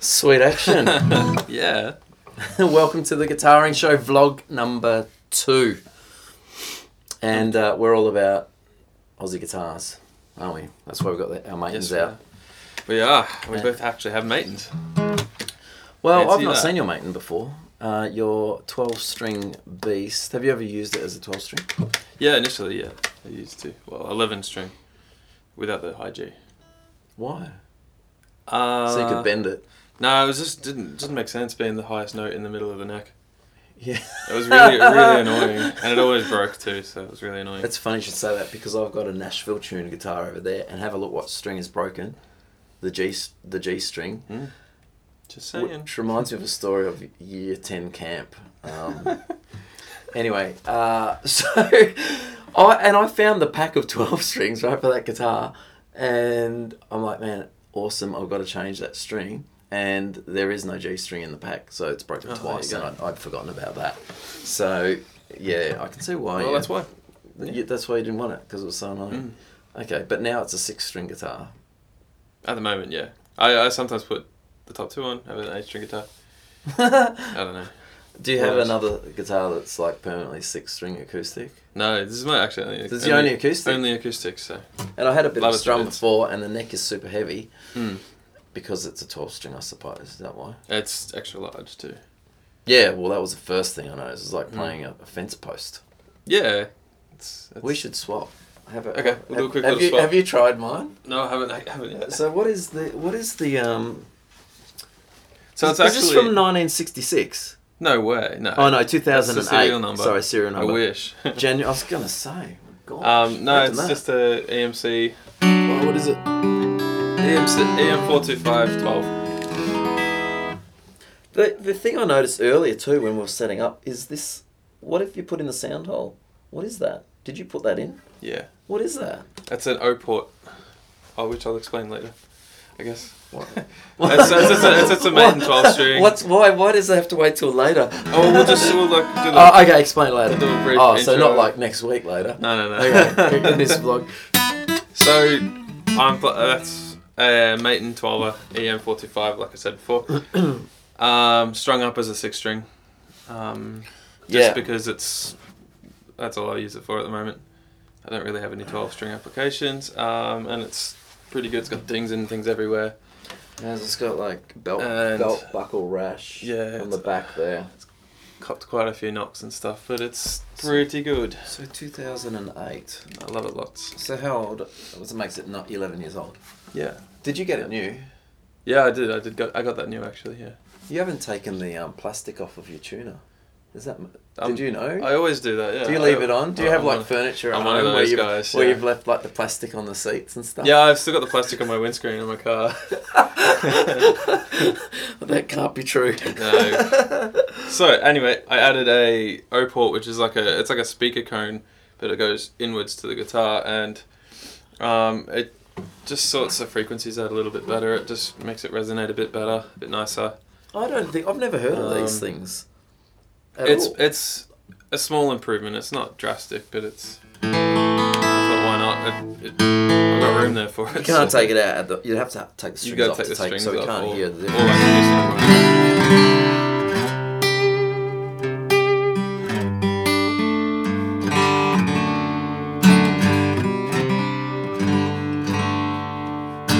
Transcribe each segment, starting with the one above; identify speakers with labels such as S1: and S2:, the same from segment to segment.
S1: Sweet action.
S2: Yeah.
S1: Welcome to the Guitaring Show vlog number two. And uh, we're all about Aussie guitars, aren't we? That's why we've got the, our matins
S2: Yes, we
S1: out.
S2: are. We are. We
S1: Yeah.
S2: both actually have matins.
S1: Well,
S2: Fancy
S1: I've not
S2: that.
S1: seen your matin before. Uh, your 12 string beast. Have you ever used it as a 12 string?
S2: Yeah, initially, yeah. I used to. Well, 11 string without the high G.
S1: Why?
S2: Uh,
S1: So you could bend it.
S2: No, it was just didn't didn't make sense being the highest note in the middle of the neck.
S1: Yeah.
S2: It was really really annoying, and it always broke too. So it was really annoying.
S1: That's funny you should say that because I've got a Nashville tuned guitar over there and have a look what string is broken. The G the G string.
S2: Hmm. just saying.
S1: Which reminds me of a story of year 10 camp. Um, anyway, uh, so I and I found the pack of 12 strings right for that guitar and I'm like, man, awesome. I've got to change that string. And there is no G string in the pack, so it's broken
S2: Oh, there you
S1: twice, and
S2: go.
S1: I, I'd forgotten about that. So, yeah, I can see why.
S2: Well,
S1: you-
S2: that's why.
S1: you- that's why you didn't want it because it was so annoying. Okay, but now it's a six-string guitar.
S2: At the moment, yeah. I, I sometimes put the top two on. Have an eight string guitar. I don't know.
S1: Do you have
S2: Nice.
S1: another guitar that's like permanently six-string acoustic?
S2: No, this is my actually only.
S1: This is the only acoustic.
S2: Only acoustic. So
S1: And I had a bit
S2: Love
S1: of
S2: it,
S1: strum
S2: it's-
S1: before, and the neck is super heavy because it's a 12-string, I suppose. Is that why?
S2: it's extra large too.
S1: Yeah. Well, that was the first thing I noticed. It was like
S2: Mm.
S1: playing a, a fence post.
S2: Yeah. It's, it's,
S1: We should swap. Have a,
S2: Okay, we'll do a
S1: have-
S2: quick
S1: have
S2: little
S1: you,
S2: swap.
S1: Have you tried mine?
S2: No, I haven't. I haven't yet. So,
S1: So what is the what is the um?
S2: it's
S1: is
S2: actually
S1: this from 1966?
S2: no way. No.
S1: Oh no,
S2: That's the
S1: 2008.
S2: serial number.
S1: Sorry, serial number.
S2: I wish.
S1: January. I was gonna say. Gosh,
S2: um, no,
S1: imagine
S2: it's
S1: that.
S2: just a E EMC
S1: Oh, what is it?
S2: EMC EM E four two five twelve.
S1: The the thing I noticed earlier too when we were setting up is this. What if you put in the sound hole? What is that? Did you put that in?
S2: Yeah,
S1: What is that?
S2: that's an O port. Oh, which I'll explain later. I guess.
S1: What?
S2: That's- that's- that's- that's a main 12 string.
S1: What's why? Why does it have to wait till later?
S2: Oh, we'll just we'll like do the.
S1: Oh, okay, explain later.
S2: do a brief
S1: oh, so
S2: intro.
S1: not like next week later.
S2: No, no, no.
S1: Okay, in this vlog.
S2: So, I'm pl- uh, that's uh, Maiden 12er EM45, E like I said before. um, strung up as a six string. Um, just
S1: Yeah.
S2: because it's that's all I use it for at the moment. I don't really have any 12 string applications, um, and it's pretty good. It's got dings and things everywhere.
S1: Yeah, it's got like belt
S2: And-
S1: belt buckle rash.
S2: Yeah,
S1: on the
S2: it's-
S1: back there.
S2: Copped quite a few knocks and stuff, but it's pretty good.
S1: So 2008.
S2: I love it lots.
S1: So how old? It makes it not 11 years old.
S2: Yeah.
S1: Did you get it new?
S2: Yeah, I did. I did. Got, I got that new actually. Yeah.
S1: You haven't taken the um, plastic off of your tuner. Is that? m
S2: Um,
S1: did you know?
S2: I always do that. Yeah.
S1: do you
S2: I-
S1: leave it on? Do you
S2: I'm
S1: have like
S2: one-
S1: furniture at
S2: I'm one of
S1: home where,
S2: those
S1: you've,
S2: guys,
S1: where
S2: yeah.
S1: you've left like the plastic on the seats and stuff?
S2: Yeah, I've still got the plastic on my windscreen in my car.
S1: that can't be true.
S2: No. so anyway, I added a O port, which is like a it's like a speaker cone, but it goes inwards to the guitar, and um, it just sorts the frequencies out a little bit better. It just makes it resonate a bit better, a bit nicer.
S1: I don't think I've never heard of these
S2: Um,
S1: things. at
S2: It's
S1: all.
S2: it's a small improvement. It's not drastic, but it's. I thought, why not? It, it, I've got room there for it.
S1: you can't
S2: so-
S1: take it out. At the, you'd have to take the
S2: You
S1: strings
S2: gotta
S1: off
S2: take
S1: to
S2: the
S1: take,
S2: strings
S1: so we
S2: off.
S1: can't
S2: or-
S1: hear
S2: or
S1: the
S2: like
S1: difference.
S2: this one.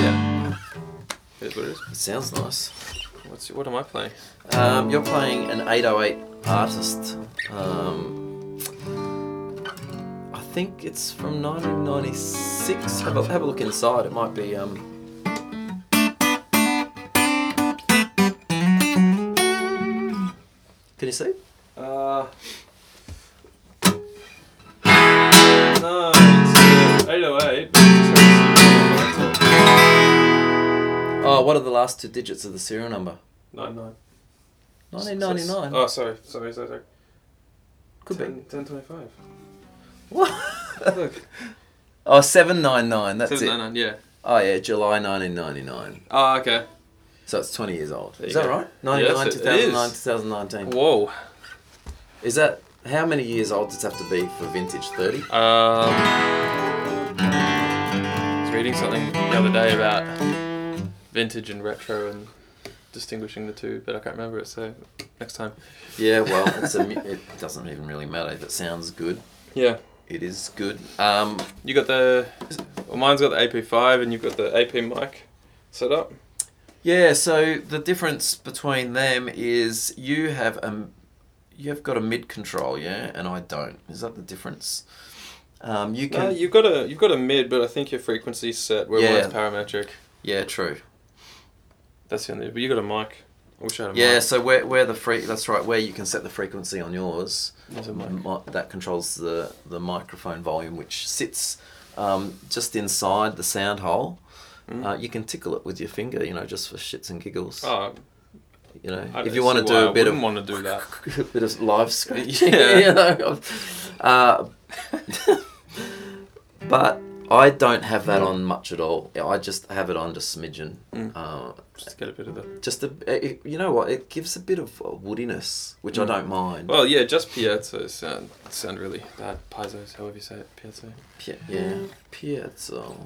S2: Yeah. It is what it is.
S1: It sounds nice.
S2: What's, what am I playing?
S1: Um, you're playing an 808 artist. Um, I think it's from 1996. Have a, have a look inside. It might be. Um, can you see?
S2: Uh, no, it's uh, 808.
S1: Oh, what are the last two digits of the serial number?
S2: 99.
S1: 1999.
S2: Oh, sorry, sorry, sorry, sorry.
S1: Could be.
S2: 1025.
S1: What?
S2: Look.
S1: Oh, 799. That's it.
S2: 799, yeah.
S1: Oh, yeah, July 1999.
S2: Oh, okay.
S1: So it's 20 years old.
S2: There
S1: Is
S2: you
S1: that
S2: go.
S1: right? 99,
S2: Yes, it
S1: 2009,
S2: is.
S1: 2019.
S2: Whoa.
S1: Is that how many years old does it have to be for vintage thirty?
S2: Um, I was reading something the other day about vintage and retro and distinguishing the two, but I can't remember it. So next time.
S1: Yeah, well, it's a, mu- it doesn't even really matter. If it sounds good,
S2: Yeah,
S1: it is good. Um,
S2: you got the. Well, mine's got the AP five, and you've got the AP mic set up.
S1: yeah, so the difference between them is you have a you've got a mid control, yeah, and I don't. Is that the difference? Um, you can
S2: No, you've got a you've got a mid, but I think your frequency's set where
S1: Yeah.
S2: mine's parametric.
S1: yeah, true.
S2: That's the only. But you got a mic. I wish I had a
S1: Yeah,
S2: mic.
S1: so where where the free that's right, where you can set the frequency on yours.
S2: There's a mic.
S1: mi- that controls the, the microphone volume, which sits um, just inside the sound hole.
S2: Mm.
S1: Uh, you can tickle it with your finger, you know, just for shits and giggles.
S2: Oh,
S1: you know,
S2: I
S1: if
S2: don't
S1: you want to
S2: see
S1: do
S2: why
S1: a
S2: I
S1: bit of
S2: wouldn't wanna do that.
S1: a bit of live screen.
S2: Yeah.
S1: you know, uh, but I don't have that on much at all. I just have it on just smidgen.
S2: Mm.
S1: Uh,
S2: just to get a bit of the.
S1: just a, it, you know what? It gives a bit of woodiness, which I
S2: Mm.
S1: don't mind.
S2: Well, yeah, just piezo sound sound really bad. Piezos, however you say it, piezo.
S1: Pie- yeah, Piezo.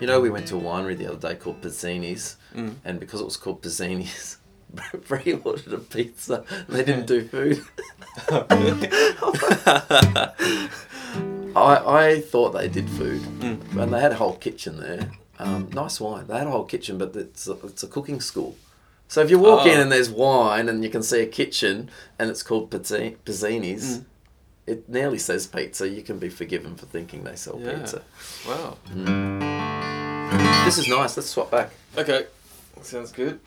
S1: You know, we went to a winery the other day called Pizzini's,
S2: Mm.
S1: and because it was called Pizzini's, Bree ordered a pizza. They didn't do food. I, I thought they did food,
S2: Mm.
S1: and they had a whole kitchen there. Um, nice wine. They had a whole kitchen, but it's a, it's a cooking school. So if you walk in
S2: Oh.
S1: and there's wine and you can see a kitchen and it's called Pizzi- Pizzini's,
S2: Mm.
S1: it nearly says pizza. You can be forgiven for thinking they sell
S2: Yeah.
S1: pizza. Hmm.
S2: Wow.
S1: This is nice. Let's swap back
S2: Okay, sounds good.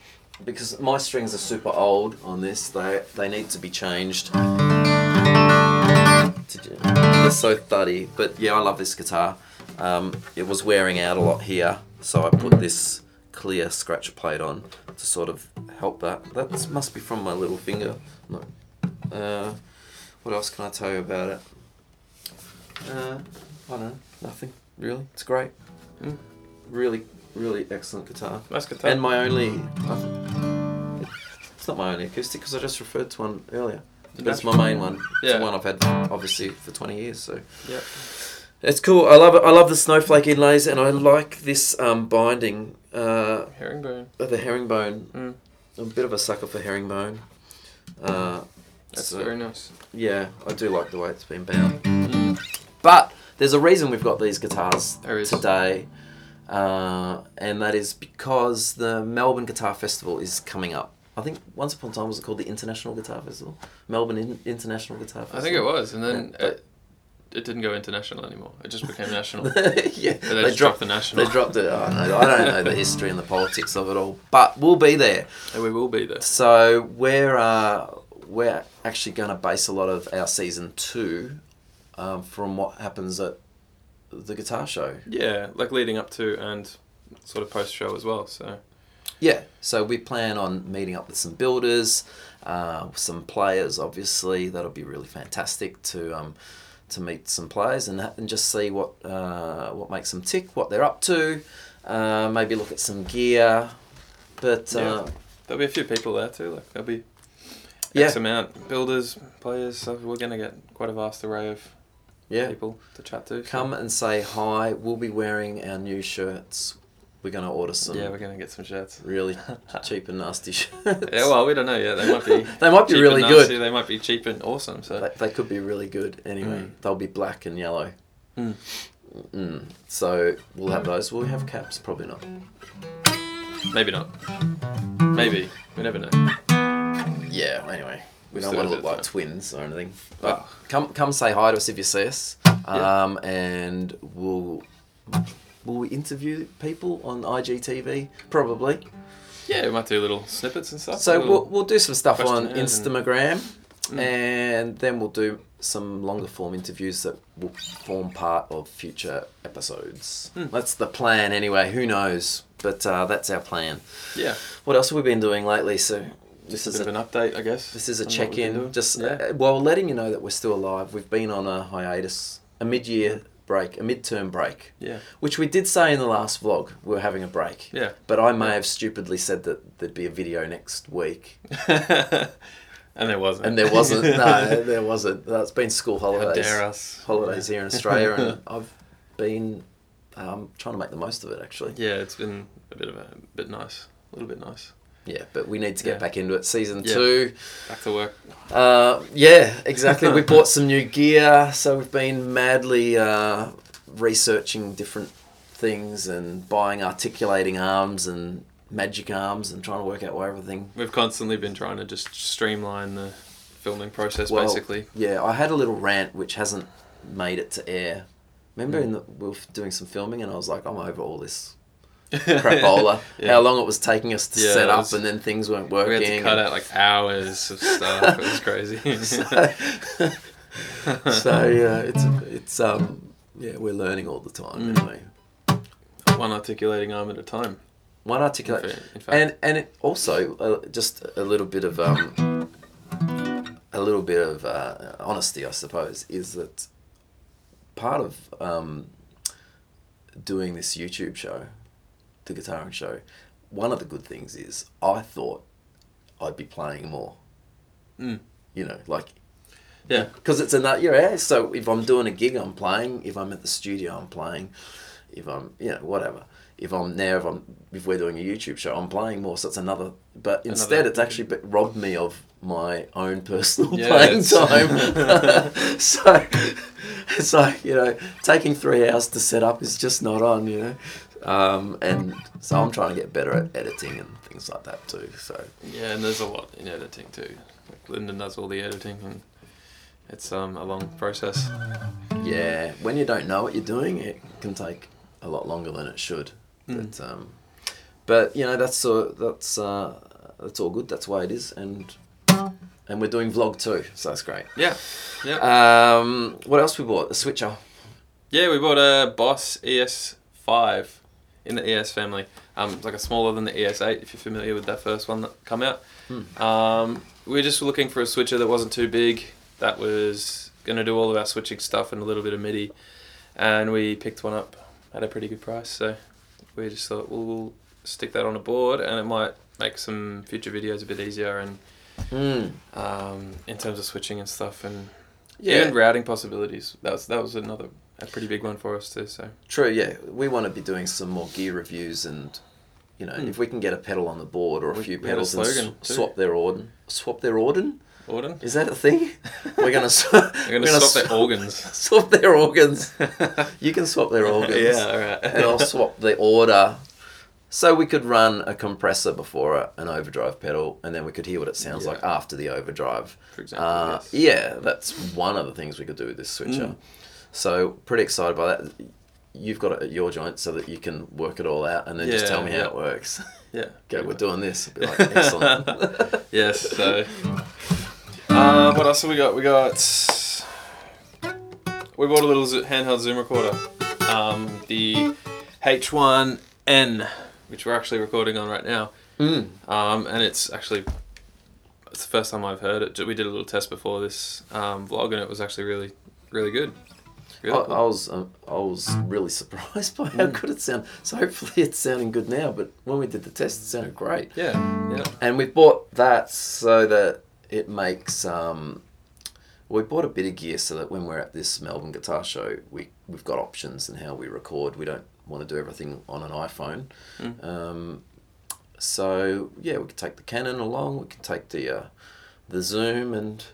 S1: because my strings are super old on this. They they need to be changed. They're so thuddy, but yeah, I love this guitar. Um, it was wearing out a lot here, so I put this clear scratch plate on to sort of help that. That must be from my little finger. No. Uh, what else can I tell you about it? Uh, I don't know. Nothing really. It's great.
S2: Mm.
S1: Really, really excellent guitar.
S2: Nice guitar.
S1: And my only.
S2: Mm.
S1: It's not my only acoustic because I just referred to one earlier. But it's my main one. It's
S2: Yeah.
S1: the one I've had obviously for 20 years. So
S2: Yep.
S1: it's cool. I love it. I love the snowflake inlays and I like this um, binding, uh,
S2: herringbone.
S1: the herringbone.
S2: Mm.
S1: I'm a bit of a sucker for herringbone. Uh,
S2: That's
S1: so-
S2: very nice. Hmm.
S1: yeah, I do like the way it's been bound. But there's a reason we've got these guitars
S2: There is.
S1: today, uh, and that is because the Melbourne Guitar Festival is coming up. I think once upon a time was it called the International Guitar Festival, Melbourne In- International Guitar Festival.
S2: I think it was, and then
S1: Yeah,
S2: it, it didn't go international anymore. It just became national.
S1: yeah,
S2: And they,
S1: they
S2: just dropped
S1: dropped.
S2: the national.
S1: They dropped it. Oh, no, I don't know the history and the politics of it all, but we'll be there.
S2: And we will be there.
S1: So we're uh, we're actually going to base a lot of our season two um, from what happens at the guitar show.
S2: Yeah, like leading up to and sort of post show as well. So
S1: Yeah, so we plan on meeting up with some builders, uh, some players. Obviously, that'll be really fantastic to um, to meet some players and ha- and just see what uh, what makes them tick, what they're up to. Uh, maybe look at some gear, but uh,
S2: there'll be a few people there too. Like there'll be
S1: yeah,
S2: X amount builders, players. So we're gonna get quite a vast array of
S1: yeah,
S2: people to chat to. so-
S1: come and say hi. We'll be wearing our new shirts. We're gonna order some
S2: Yeah, we're gonna get some shirts.
S1: really cheap and nasty shirts.
S2: Yeah, well, we don't know yet. They might be.
S1: They might be
S2: cheap
S1: really
S2: and nasty,
S1: good.
S2: They might be cheap and awesome. So
S1: They, they could be really good. Anyway,
S2: Mm.
S1: they'll be black and yellow.
S2: Mm.
S1: Mm. So we'll have those. Will we have caps? Probably not.
S2: maybe not. Maybe we never know.
S1: Yeah. Anyway, we
S2: Still
S1: don't want to
S2: a bit
S1: look
S2: of
S1: like
S2: time.
S1: twins or anything. But
S2: Oh.
S1: come, come say hi to us if you see us.
S2: Yeah.
S1: Um, and we'll will we interview people on IGTV? Probably.
S2: Yeah, we might do little snippets and stuff.
S1: So
S2: little-
S1: we'll we'll do some stuff on
S2: questionnaires and-
S1: Instagram,
S2: Mm.
S1: and then we'll do some longer form interviews that will form part of future episodes.
S2: Mm.
S1: That's the plan, anyway. Who knows? But uh, that's our plan.
S2: yeah,
S1: What else have we been doing lately? So this
S2: this
S1: is
S2: is
S1: a,
S2: an update, I guess.
S1: this is a
S2: on what we've been
S1: check-in.
S2: doing.
S1: Just
S2: yeah.
S1: uh, well, letting you know that we're still alive. We've been on a hiatus, a mid-year break, a mid-term break,
S2: yeah,
S1: which we did say in the last vlog we were having a break.
S2: yeah.
S1: But I may have stupidly said that there'd be a video next week,
S2: and there wasn't.
S1: and there wasn't. no, there wasn't. That's been school
S2: How
S1: holidays.
S2: dare us?
S1: Holidays here in Australia, and I've been um, trying to make the most of it. Actually,
S2: yeah, it's been a bit of a bit nice, a little bit nice.
S1: yeah, but we need to get
S2: Yeah.
S1: back into it. Season
S2: Yeah.
S1: two.
S2: Back to work.
S1: Uh, yeah, exactly. we bought some new gear, so we've been madly uh, researching different things and buying articulating arms and magic arms and trying to work out where everything.
S2: We've constantly been trying to just streamline the filming process,
S1: Well,
S2: basically.
S1: Yeah, I had a little rant which hasn't made it to air. Remember, in the, we were doing some filming, and I was like, I'm over all this crapola.
S2: Yeah.
S1: How long it was taking us to
S2: Yeah,
S1: set
S2: it
S1: up,
S2: was-
S1: and then things weren't
S2: We
S1: working.
S2: had to cut
S1: and-
S2: out like hours of stuff. it was crazy.
S1: so, so yeah, it's it's um yeah, we're learning all the time,
S2: Mm.
S1: anyway.
S2: One articulating arm at a time.
S1: One
S2: In fa-
S1: articulate,
S2: in fact.
S1: and and it also uh, just a little bit of um a little bit of uh, honesty, I suppose, is that part of um doing this YouTube show, the guitar and show. One of the good things is I thought I'd be playing more.
S2: Mm.
S1: You know, like
S2: yeah.
S1: because it's another you know, so if i'm doing a gig i'm playing if i'm at the studio i'm playing if i'm you know whatever if i'm now if i'm if we're doing a youtube show i'm playing more so it's another but instead it's actually but robbed me of my own personal
S2: Yeah,
S1: playing
S2: it's-
S1: time so it's like you know taking three hours to set up is just not on you know um, and so i'm trying to get better at editing and things like that too so
S2: Yeah, and there's a lot in editing too. Like Lyndon does all the editing, and it's um, a long process.
S1: Yeah, when you don't know what you're doing, it can take a lot longer than it should.
S2: Mm.
S1: But um, but you know that's uh, that's uh, that's all good. That's why it is, and and we're doing vlog too, so that's great.
S2: Yeah, yeah,
S1: Um, what else we bought? A switcher.
S2: Uh, yeah. We bought a Boss ES5 in the ES family. Um, it's like a smaller than the ES8 if you're familiar with that first one that come out. Um, we were just looking for a switcher that wasn't too big, that was gonna do all of our switching stuff and a little bit of MIDI, and we picked one up at a pretty good price. So we just thought we'll, we'll stick that on a board, and it might make some future videos a bit easier and
S1: Mm.
S2: um, in terms of switching and stuff, and
S1: Yeah,
S2: even routing possibilities. That was that was another a pretty big one for us too. So
S1: true. Yeah, we want to be doing some more gear reviews, and you know,
S2: Mm.
S1: if we can get a pedal on the board or a
S2: We-
S1: few
S2: we had a
S1: pedals and sw-
S2: slogan too.
S1: swap their organ, swap their organ.
S2: Auden,
S1: Is that a thing? We're gonna sw- we're
S2: we're gonna, swap their organs.
S1: swap their organs. You can swap their organs.
S2: yeah, all right.
S1: And I'll swap the order. So we could run a compressor before a, an overdrive pedal, and then we could hear what it sounds
S2: Yeah.
S1: like after the overdrive.
S2: For example,
S1: Uh,
S2: yes.
S1: yeah, that's one of the things we could do with this switcher.
S2: Mm.
S1: So pretty excited by that. You've got it at your joint so that you can work it all out, and then just
S2: Yeah,
S1: tell me
S2: yeah.
S1: how it works.
S2: yeah.
S1: Go, we're doing this. I'll be like, excellent.
S2: Yes. So, uh, what else have we got? We got we bought a little zo- handheld Zoom recorder, um, the H1N, which we're actually recording on right now.
S1: Mm.
S2: Um, and it's actually it's the first time I've heard it. We did a little test before this um, vlog, and it was actually really, really good. Really
S1: I,
S2: cool.
S1: I was um, I was really surprised by how good it sounded. So hopefully it's sounding good now. But when we did the test, it sounded great.
S2: yeah, yeah,
S1: And we bought that so that it makes. Um, we bought a bit of gear so that when we're at this Melbourne Guitar Show, we we've got options in how we record. We don't want to do everything on an iPhone.
S2: Mm.
S1: Um, so yeah, we could take the Canon along. We can take the uh, the Zoom and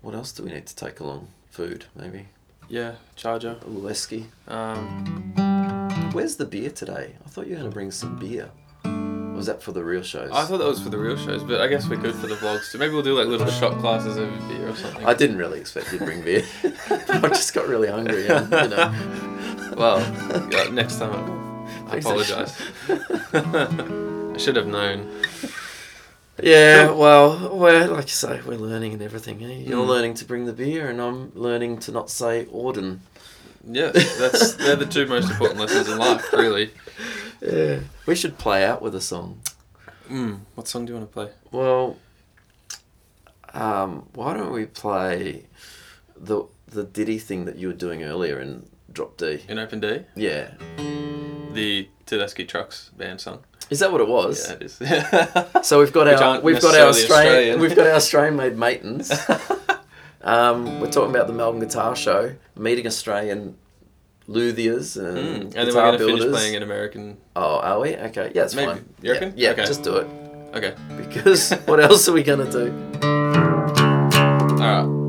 S1: what else do we need to take along? Food maybe.
S2: yeah. Charger.
S1: A little esky.
S2: Um,
S1: Where's the beer today? I thought you were going to bring some beer. Or was that for the real shows?
S2: I thought that was for the real shows, but I guess we're good for the vlogs too. Maybe we'll do like little shot classes over beer or something.
S1: I didn't really expect you to bring beer. I just got really hungry. And, you know.
S2: Well, yeah, next time I- I
S1: Thanks,
S2: apologise. I should have known.
S1: Yeah, well, we're, like you say, we're learning and everything. eh? You're
S2: Mm.
S1: learning to bring the beer, and I'm learning to not say Auden.
S2: Yeah, that's they're the two most important lessons in life, really.
S1: Yeah. We should play out with a song.
S2: Mm, what song do you want to play?
S1: Well, um, why don't we play the the Diddy thing that you were doing earlier in Drop D?
S2: In Open D,
S1: Yeah.
S2: the Tedeschi Trucks band song.
S1: Is that what it was?
S2: Yeah, it is.
S1: So we've got
S2: Which
S1: our
S2: aren't
S1: we've got our
S2: necessarily
S1: Australian,
S2: Australian.
S1: we've got our Australian made matins. um, we're talking about the Melbourne Guitar Show, meeting Australian luthiers and,
S2: Mm. And
S1: guitar
S2: then we're gonna
S1: builders.
S2: finish playing an American.
S1: Oh, are we? Okay, yeah, it's
S2: Maybe.
S1: fine.
S2: You reckon?
S1: Yeah, yeah
S2: Okay.
S1: just do it.
S2: Okay.
S1: Because what else are we gonna do?
S2: All right.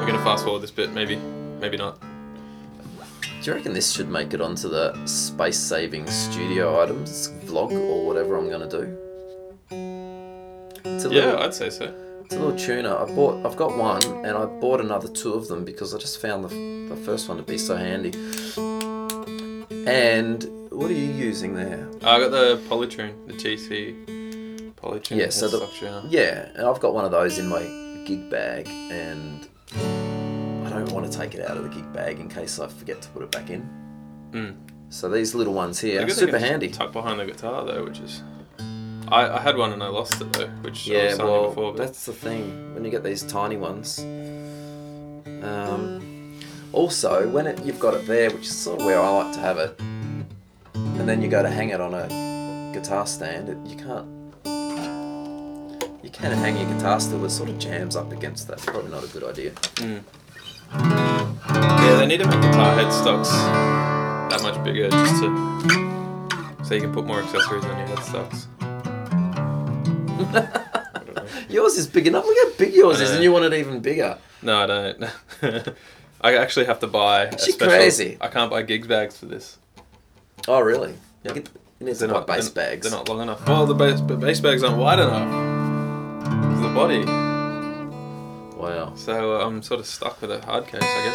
S2: We're gonna fast forward this bit, maybe, maybe not.
S1: Do you reckon this should make it onto the space saving studio items vlog or whatever I'm gonna do? It's a
S2: Yeah,
S1: little,
S2: I'd say so.
S1: it's a little tuner. I bought. I've got one, and I bought another two of them because I just found the the first one to be so handy. And what are you using there?
S2: Uh, I got the Polytune, the GC Polytune.
S1: Yeah, so
S2: It's
S1: the-
S2: such a-
S1: Yeah, and I've got one of those in my gig bag, and I don't want to take it out of the gig bag in case I forget to put it back in.
S2: Mm.
S1: So these little ones here,
S2: I guess I
S1: super
S2: can just
S1: handy.
S2: Tuck behind the guitar though, which is. I, I had one and I lost it though, which I
S1: Yeah,
S2: was telling you
S1: well,
S2: before. But
S1: that's the thing when you get these tiny ones. Um, also, when it, you've got it there, which is sort of where I like to have it, and then you go to hang it on a guitar stand, it, you can't. You can hang your guitar still, but it sort of jams up against that. Probably not a good idea.
S2: Mm. Yeah, they need to make guitar headstocks that much bigger just to so you can put more accessories on your headstocks. I don't know.
S1: Yours is big enough. Look how big yours is,
S2: I
S1: and
S2: know.
S1: you want it even bigger.
S2: No, I don't. I actually have to buy. A
S1: She
S2: special,
S1: crazy.
S2: I can't buy gigs bags for this.
S1: Oh, really?
S2: Yep.
S1: It needs like
S2: they're-
S1: base bags.
S2: They're not long enough. Well, the base, but base bags aren't wide enough. for The body.
S1: Wow.
S2: So uh, I'm sort of stuck with a hard case, I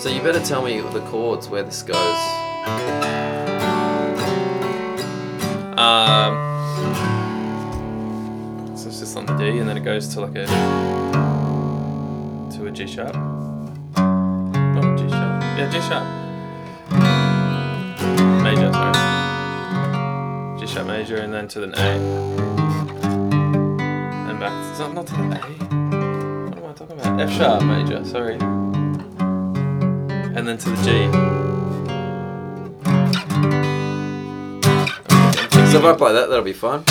S2: guess.
S1: So you better tell me the chords where this goes.
S2: Um, so it's just on the D, and then it goes to like a to a G sharp. Not a G sharp. Yeah, G sharp. Major, sorry. G sharp major, and then to the A. And back. It's not not to the A. What am I talking about? F sharp major. Sorry. And then to the G.
S1: So if I play that, that'll be fine.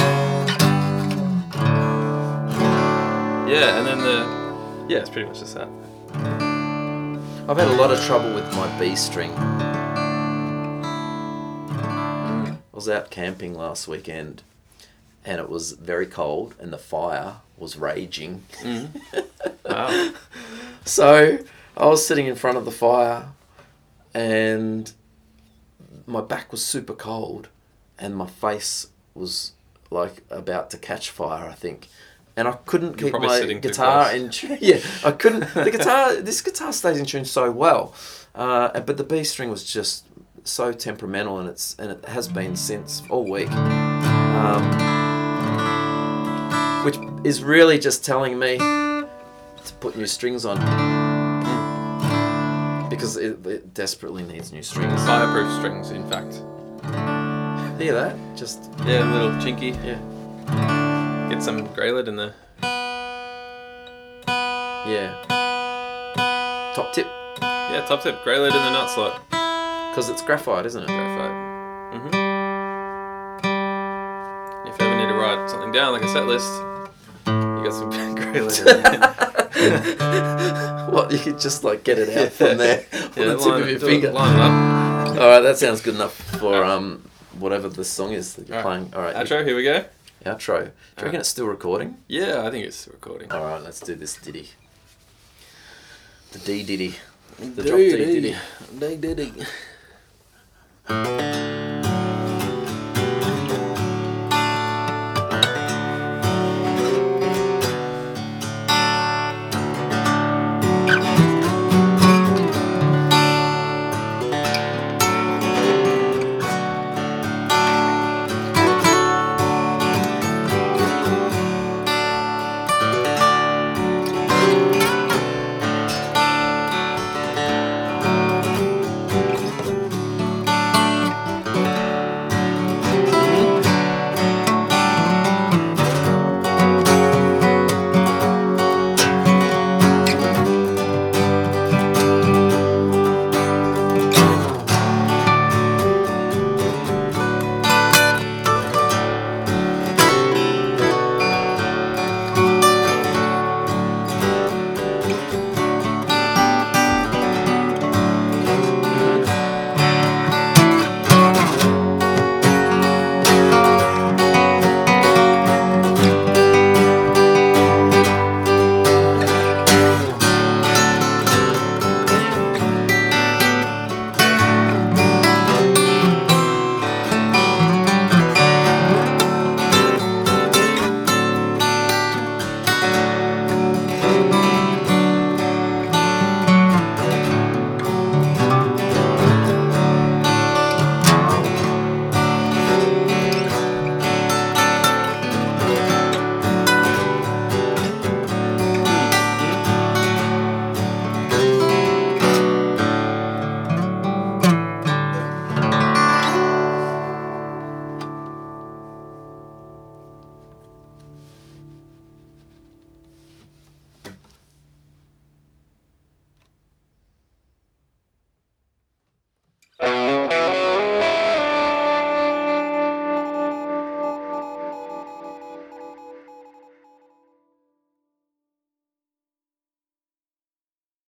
S2: Yeah, and then the yeah, it's pretty much just that.
S1: I've had a lot of trouble with my B string. I was out camping last weekend, and it was very cold, and the fire was raging. Mm-hmm.
S2: Wow.
S1: So I was sitting in front of the fire and my back was super cold and my face was like about to catch fire, I think. And I couldn't keep
S2: You're probably
S1: my
S2: sitting too
S1: guitar
S2: close.
S1: in tune. Yeah, I couldn't. The guitar, this guitar stays in tune so well, uh, but the B string was just so temperamental, and it's and it has been since all week. Um, which is really just telling me to put new strings on because it, it desperately needs new strings.
S2: Fireproof strings, in fact.
S1: Hear that? Just
S2: Yeah, a little chinky.
S1: yeah,
S2: Get some grey lid in there.
S1: yeah. Top tip
S2: Yeah, top tip, grey lid in the nut slot.
S1: because it's graphite, isn't it?
S2: Mm-hmm. If you ever need to write something down, like a set list, you got some grey lid in there.
S1: What you could just like get it out from there on
S2: yeah,
S1: the tip
S2: line,
S1: of your
S2: do it-
S1: finger. All
S2: line it
S1: right, that sounds good enough for um whatever the song is that you're
S2: All right.
S1: playing. All right,
S2: up. Outro, here we go.
S1: you- outro. Do you reckon
S2: right.
S1: it's still recording?
S2: Yeah, I think it's recording.
S1: All right, let's do this ditty. The D ditty. The
S2: Dee
S1: drop D
S2: dee.
S1: ditty.
S2: Dee dee.